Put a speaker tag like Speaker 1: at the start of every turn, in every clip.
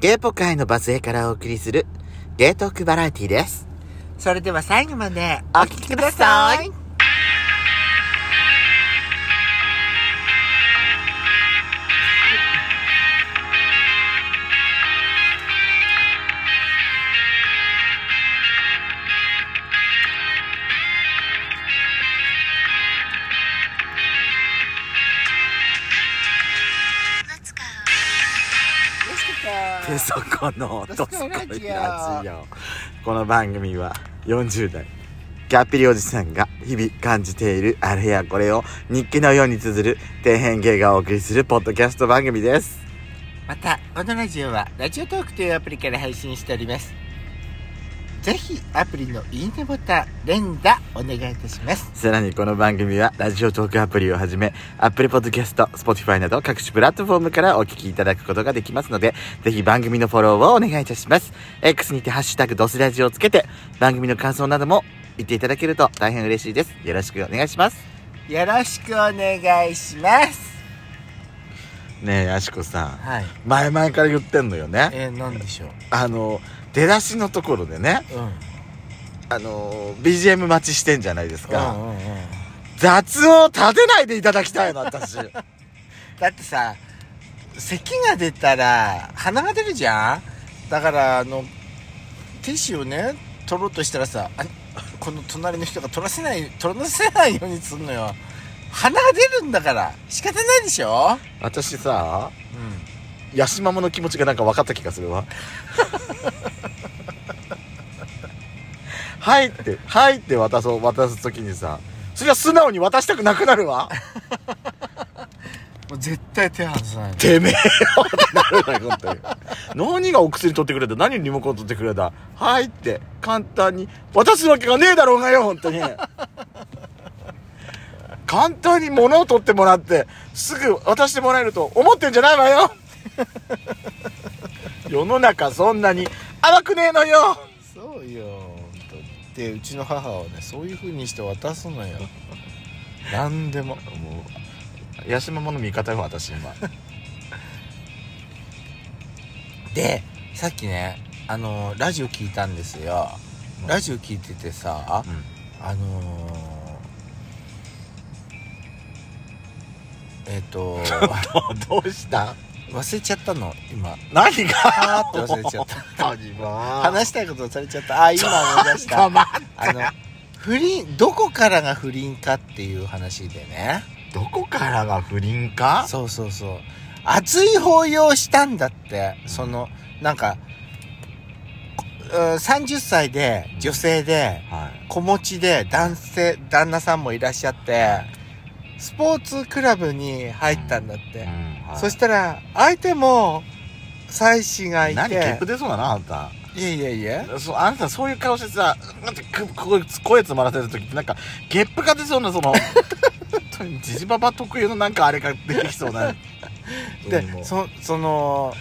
Speaker 1: ゲーポ界のバスへからお送りするゲートークバラエティです。
Speaker 2: それでは最後まで
Speaker 1: お聞きください。ペソコのドスコイラジオ。この番組は40代。キャッピリおじさんが日々感じているあれやこれを日記のように綴る底辺芸がお送りするポッドキャスト番組です。
Speaker 2: またこのラジオはラジオトークというアプリから配信しておりますぜひアプリのいいねボタン連打お願いいたします
Speaker 1: さらにこの番組はラジオトークアプリをはじめ Apple Podcast、Spotify など各種プラットフォームからお聞きいただくことができますのでぜひ番組のフォローをお願いいたします X にて「ハッシュタグドスラジオ」をつけて番組の感想なども言っていただけると大変嬉しいですよろしくお願いします
Speaker 2: よろしくお願いします
Speaker 1: ねえやしこさん
Speaker 2: はい
Speaker 1: 前々から言ってんのよね
Speaker 2: えー、何でしょう
Speaker 1: あの出だしのところでね
Speaker 2: うん
Speaker 1: あの BGM 待ちしてんじゃないです
Speaker 2: う
Speaker 1: か、
Speaker 2: んうんうん
Speaker 1: 雑音を立てないでいただきたいの 私
Speaker 2: だってさ咳が出たら鼻が出るじゃんだからあのティッシュをね取ろうとしたらさあこの隣の人が取らせない取らせないようにすんのよ鼻が出るんだから仕方ないでしょ、
Speaker 1: 私さヤシマモの気持ちがなんか分かった気がするわ はいって「はい」って渡そう渡す時にさそれは素直に渡したくなくなるわ
Speaker 2: もう絶対手離さない
Speaker 1: てめえよってなるわよ本当に何がお薬取ってくれた何リモコン取ってくれた「はい」って簡単に渡すわけがねえだろうがよ本当に簡単に物を取ってもらってすぐ渡してもらえると思ってんじゃないわよ世の中そんなに甘くねえのよ
Speaker 2: そうよ本当にでうちの母はねそういう風にして渡すのよ何でも
Speaker 1: もう八島もの味方よ私今
Speaker 2: でさっきねあのラジオ聞いたんですよ
Speaker 1: うん
Speaker 2: ラジオ聞いててさあのー、えっ、と
Speaker 1: どうした
Speaker 2: 忘れちゃったの今
Speaker 1: 何が
Speaker 2: パーって忘れちゃった
Speaker 1: 本当にもう
Speaker 2: 話したいことをされちゃったあ今思い出 した
Speaker 1: 黙っ
Speaker 2: あの不倫どこからが不倫かっていう話でね
Speaker 1: どこからが不倫か
Speaker 2: そうそうそう熱い抱擁をしたんだってそのなんかうん30歳で女性で
Speaker 1: はい
Speaker 2: 子持ちで男性旦那さんもいらっしゃってスポーツクラブに入ったんだって、そしてたら相手も妻子がい
Speaker 1: 何ゲッ
Speaker 2: て
Speaker 1: プ出そうだなあんた
Speaker 2: いやいやいや
Speaker 1: そうあなたそういう顔してさなんてくここ声詰まらせる時ってなんかゲップが出そうなそ の本当にジジババ特有のなんかあれが出てきそうなうんも
Speaker 2: で
Speaker 1: う
Speaker 2: そその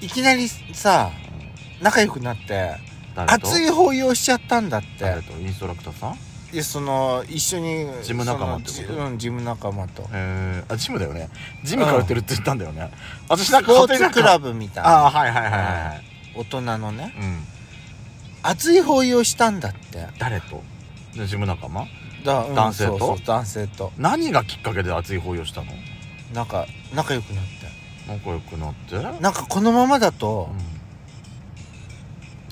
Speaker 2: いきなりさ仲良くなって
Speaker 1: 誰と
Speaker 2: 熱い抱擁しちゃったんだって
Speaker 1: 誰とインストラクターさんへ
Speaker 2: でその一緒に
Speaker 1: ジム仲間ってこと
Speaker 2: そのじうんジム仲間と
Speaker 1: えあジムだよねジム通ってるって言ったんだよね私なん
Speaker 2: ス
Speaker 1: か
Speaker 2: ポ
Speaker 1: 勝手
Speaker 2: ー
Speaker 1: にな
Speaker 2: ツ
Speaker 1: ん
Speaker 2: ク
Speaker 1: か
Speaker 2: ラブみたい
Speaker 1: あ
Speaker 2: な
Speaker 1: あはいはいはいはい
Speaker 2: 大人のね
Speaker 1: うん
Speaker 2: 熱い抱擁したんだって
Speaker 1: 誰とでジム仲間
Speaker 2: だ、うん
Speaker 1: 男性と
Speaker 2: そうそう男性と
Speaker 1: 何がきっかけで熱い抱擁したの
Speaker 2: なんか仲良くなって
Speaker 1: 仲良くなってう
Speaker 2: なんかこのままだと
Speaker 1: ん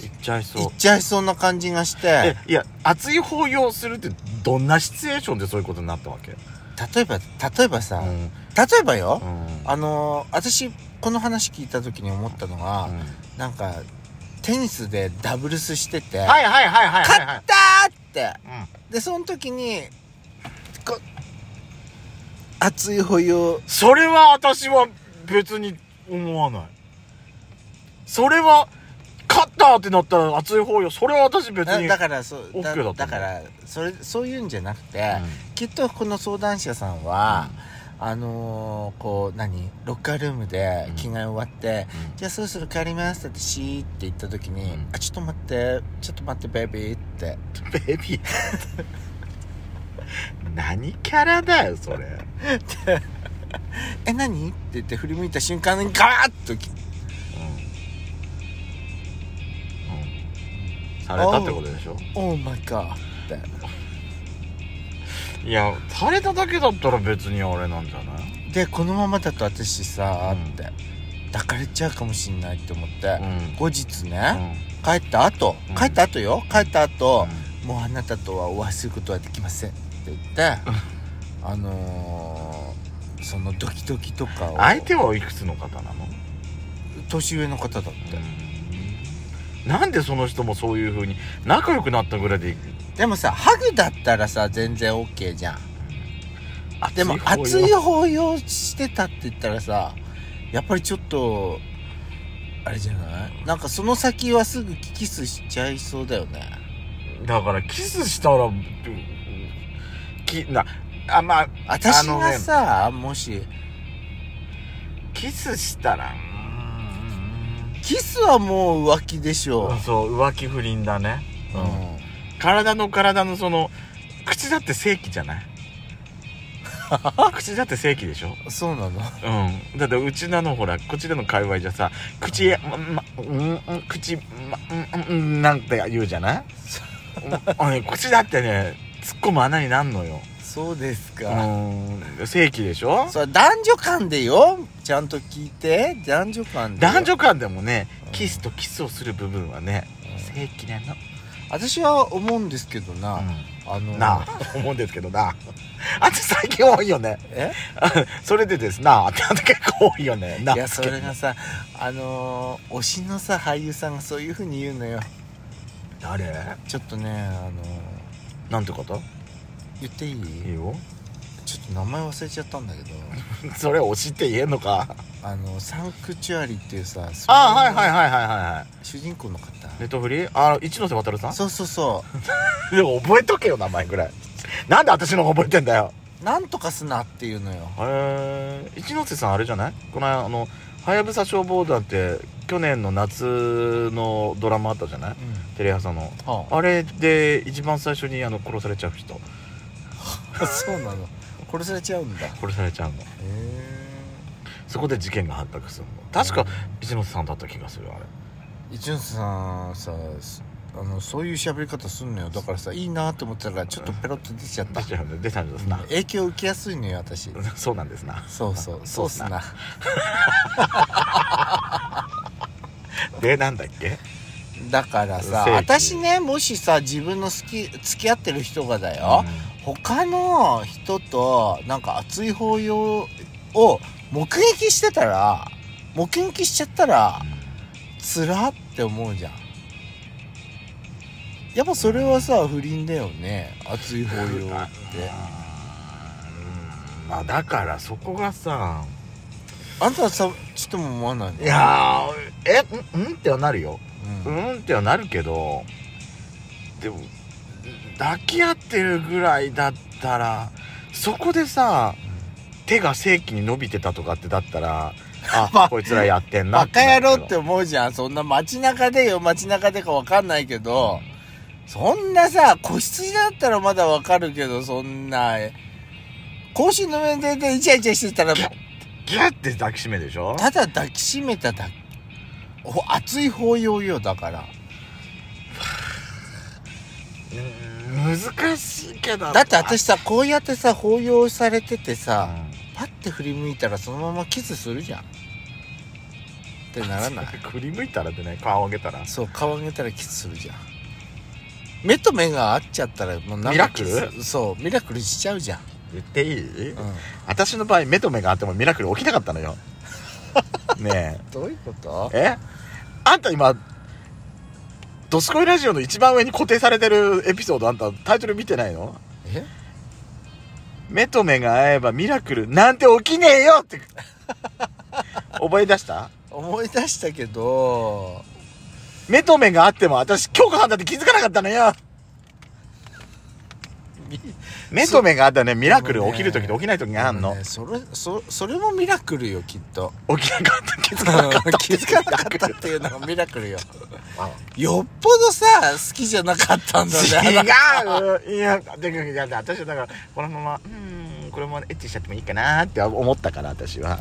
Speaker 1: いっちゃい
Speaker 2: 行
Speaker 1: そう
Speaker 2: っちゃいそうな感じがして
Speaker 1: えいや熱い抱擁するってどんなシチュエーションでそういうことになったわけ
Speaker 2: 例えば例えばさ、
Speaker 1: うん
Speaker 2: 例
Speaker 1: うん
Speaker 2: えばよ、
Speaker 1: うん
Speaker 2: あのー私この話聞いた時に思ったのが、なんかテニスでダブルスしてて「
Speaker 1: はいはいはいはいはい
Speaker 2: 勝
Speaker 1: はい
Speaker 2: った!」って
Speaker 1: うん
Speaker 2: でその時にこ熱い保養
Speaker 1: それは私は別に思わないそれは勝ったってなったら熱い抱擁それは私別
Speaker 2: だ
Speaker 1: に
Speaker 2: だからそうだ
Speaker 1: OK だったんだ
Speaker 2: だからそれそういうんじゃなくて、
Speaker 1: うん
Speaker 2: きっとこの相談者さんは、あのーこう何ロッカールームで着替え終わって、
Speaker 1: うん
Speaker 2: じゃあそろそろ帰りますってシーって言った時に、
Speaker 1: うん
Speaker 2: あちょっと待ってちょっと待ってベビーって
Speaker 1: ベイビー 何キャラだよそれ
Speaker 2: え何って言って振り向いた瞬間にガーッとき
Speaker 1: されたってことでしょ
Speaker 2: オーマイガーって
Speaker 1: いやされただけだったら別にあれなんじゃない
Speaker 2: でこのままだと私さ
Speaker 1: うん
Speaker 2: って抱かれちゃうかもしんないって思って、
Speaker 1: うん
Speaker 2: 後日
Speaker 1: う
Speaker 2: ね、
Speaker 1: ん
Speaker 2: 帰った後
Speaker 1: うん
Speaker 2: 帰った後よ帰った後、もうあなたとはお会いすることはできませんって言ってあのーそのドキドキとかを
Speaker 1: 相手はいくつの方なの
Speaker 2: 年上の方だって、
Speaker 1: なんでその人もそういう風に仲良くなったぐらいで
Speaker 2: でもさハグだったらさ全然 OK じゃんでも熱
Speaker 1: 熱い
Speaker 2: い
Speaker 1: よ
Speaker 2: 抱擁してたって言ったらさやっぱりちょっとあれじゃないなんかその先はすぐキスしちゃいそうだよね
Speaker 1: だからキスしたらきなあまあ
Speaker 2: 私が
Speaker 1: ね
Speaker 2: さ、もし
Speaker 1: キスしたら
Speaker 2: キスはもう浮気でし
Speaker 1: う
Speaker 2: ょ
Speaker 1: んそう浮気不倫だね、
Speaker 2: う、うん、
Speaker 1: 体の体のその口だって正規じゃない 口だって正規でしょ
Speaker 2: そうなの
Speaker 1: うん、だってうちなのほらこっちらの界隈じゃさ口、まうんうん、口、まうんうん、なんて言うじゃない あれ口だってね突っ込む穴になんのよ、
Speaker 2: そうです
Speaker 1: う
Speaker 2: か、
Speaker 1: ん、正規でしょ
Speaker 2: それ男女間でよちゃんと聞いて男女間でよ
Speaker 1: 男女間でもね
Speaker 2: うん
Speaker 1: キスとキスをする部分はね
Speaker 2: うん
Speaker 1: 正規なの、
Speaker 2: 私は思うんですけどな、あの
Speaker 1: なあ思うんですけどなあと最近多いよね
Speaker 2: え
Speaker 1: それでですなあってあと結構多いよねないい
Speaker 2: やそれがさあのー推しのさ俳優さんがそういうふうに言うのよ
Speaker 1: 誰
Speaker 2: ちょっとねあのー
Speaker 1: なんてこと
Speaker 2: 言ってい
Speaker 1: いい
Speaker 2: い
Speaker 1: よ
Speaker 2: ちょっと名前忘れちゃったんだけ ど
Speaker 1: それ押して言えんのか
Speaker 2: あのサンクチュアリっていうさ
Speaker 1: あはいはい
Speaker 2: い
Speaker 1: はいはいはいはい
Speaker 2: 主人公の方
Speaker 1: ネットフリーあ一ノ瀬渡さん
Speaker 2: そうそうそ
Speaker 1: でも覚えとけよ名前ぐらいなんで私の方覚えてんだよ
Speaker 2: うなんとかすなっていうのよ
Speaker 1: えー、一ノ瀬さんあれじゃないこの間あの「はやぶさ消防団」って去年の夏のドラマあったじゃない
Speaker 2: うん
Speaker 1: テレ朝の
Speaker 2: は
Speaker 1: あれで一番最初にあの殺されちゃう人
Speaker 2: あ そうなの殺されちゃうんだへ
Speaker 1: 殺されちゃうの
Speaker 2: え
Speaker 1: そこで事件が発覚するの確か一ノ瀬さんだった気がするあれ
Speaker 2: 一ノ瀬さんさすあのそういう喋り方すんのよだからさいいなと思ったらちょっとペロッと出ちゃった
Speaker 1: 出ちゃうんで出たんですな
Speaker 2: 影響受けやすいのよ私
Speaker 1: そうなんですな
Speaker 2: そうそうそうっすな
Speaker 1: でなんだっけ
Speaker 2: だからさ
Speaker 1: 正規
Speaker 2: 私ねもしさ自分の好き付き合ってる人がだよ、他の人となんか熱い抱擁を目撃してたら目撃しちゃったらつらって思うじゃんやっぱそれはさ不倫だよね熱い抱擁って
Speaker 1: うんまあだからそこがさ
Speaker 2: あんたはさちっとも思わないの
Speaker 1: いやーえんうんってはなるよ
Speaker 2: う
Speaker 1: うんんってはなるけどでも抱き合ってるぐらいだったらそこでさ手が正規に伸びてたとかってだったらあ、
Speaker 2: まあ
Speaker 1: こいつらやってんな
Speaker 2: バカ野郎って
Speaker 1: なる
Speaker 2: 思うじゃんそんな街中でよ街中でかわかんないけどそんなさ個室だったらまだわかるけどそんな公衆の面ででイチャイチャしてたら
Speaker 1: けどギュッて抱きしめでしょ
Speaker 2: ただ抱きしめただけほ熱い抱擁よだから
Speaker 1: うん難しいけど
Speaker 2: だって私さこうやってさ抱擁されてて
Speaker 1: う
Speaker 2: さ
Speaker 1: ん
Speaker 2: パッて振り向いたらそのままキスするじゃんってならない
Speaker 1: 振り向いたらでね顔上げたら
Speaker 2: そう顔上げたらキスするじゃん目と目が合っちゃったらもうなんか
Speaker 1: ミラクル
Speaker 2: キスそうミラクルしちゃうじゃん、
Speaker 1: 言っていい、
Speaker 2: うん、
Speaker 1: 私の場合目と目があってもミラクル起きなかったの よね
Speaker 2: どういうこと
Speaker 1: ええあんた今「ドスコイラジオ」の一番上に固定されてるエピソードあんたタイトル見てないの
Speaker 2: え
Speaker 1: 目と目が合えばミラクルなんて起きねえよって 覚え出した
Speaker 2: 思い出したけど
Speaker 1: 目と目があっても私許可犯だって気づかなかったのよ
Speaker 2: み
Speaker 1: 目と目があったらねミラクル起きる時と起きない時があん
Speaker 2: でも
Speaker 1: の、
Speaker 2: ねそれそそれもミラクルよきっと
Speaker 1: 起きなかった気づかなかった
Speaker 2: 気づかなかったっていうのがミラクルよよっぽどさ好きじゃなかったんだね
Speaker 1: 違ういやでいや私はだからこのままうんこれもエッチしちゃってもいいかなって思ったから私は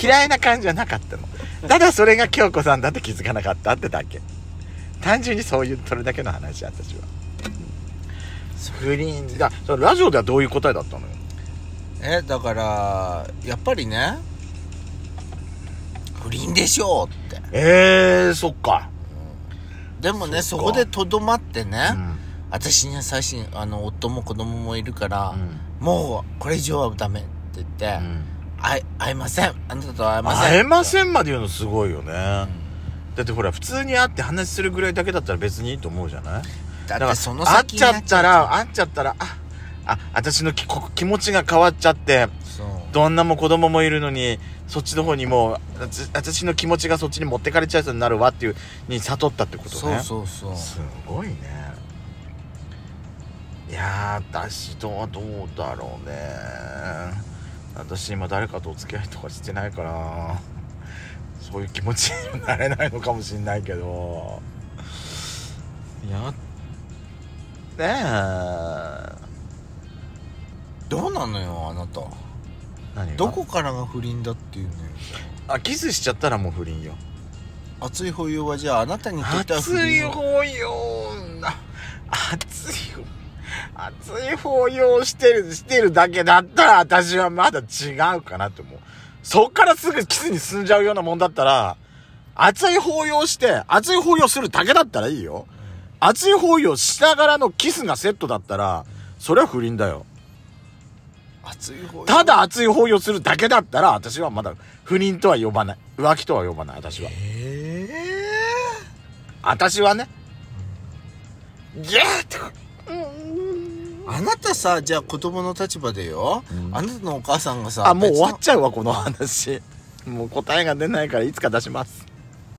Speaker 1: 嫌いな感じはなかったのただそれが京子さんだって気づかなかったってだけ単純にそういうそれだけの話私は
Speaker 2: そ
Speaker 1: 不倫だそのラジオではどういう答えだったのよ
Speaker 2: えだからやっぱりね不倫でしょうって
Speaker 1: えー、そっか、
Speaker 2: でもねそ
Speaker 1: そっか
Speaker 2: こでとどまってね、
Speaker 1: うん
Speaker 2: 私には最新あの夫も子供もいるから、
Speaker 1: うん
Speaker 2: もうこれ以上はダメって言って、会会えませんあなたとは会えません
Speaker 1: 会えま
Speaker 2: ん、
Speaker 1: せんまで言うのすごいよね、だってほら普通に会って話するぐらいだけだったら別にいいと思うじゃないだか
Speaker 2: だって
Speaker 1: ら
Speaker 2: その
Speaker 1: 会っ
Speaker 2: 先に
Speaker 1: ちゃったら会っちゃったらああ私のきこ気持ちが変わっちゃって
Speaker 2: そう
Speaker 1: 旦那も子供もいるのにそっちの方にもうあつ私の気持ちがそっちに持ってかれちゃう人になるわっていうに悟ったってことね
Speaker 2: そうそうそう
Speaker 1: すごいねいやー私とはどうだろうね私今誰かとお付き合いとかしてないからそういう気持ちになれないのかもしんないけどいやねえ
Speaker 2: どうなのよあなた
Speaker 1: 何が
Speaker 2: どこからが不倫だっていうのよ
Speaker 1: あキスしちゃったらもう不倫よ
Speaker 2: 熱い保有はじゃああなたにとっては不
Speaker 1: 熱い
Speaker 2: 倫を
Speaker 1: 抱擁な熱い抱熱い抱擁してるしてるだけだったら私はまだ違うかなって思うそっからすぐキスに進んじゃうようなもんだったら熱い抱擁して熱い抱擁するだけだったらいいよ熱い抱擁しながらのキスがセットだったらそれは不倫だよ
Speaker 2: 熱い保有
Speaker 1: ただ熱い抱擁するだけだったら私はまだ不倫とは呼ばない浮気とは呼ばない私は
Speaker 2: え
Speaker 1: 私はねギャーとかうん
Speaker 2: ー、あなたさじゃあ子供の立場でよ、
Speaker 1: うん
Speaker 2: あなたのお母さんがさ
Speaker 1: あもう終わっ
Speaker 2: 別
Speaker 1: ちゃうわこの話もう答えが出ないからいつか出します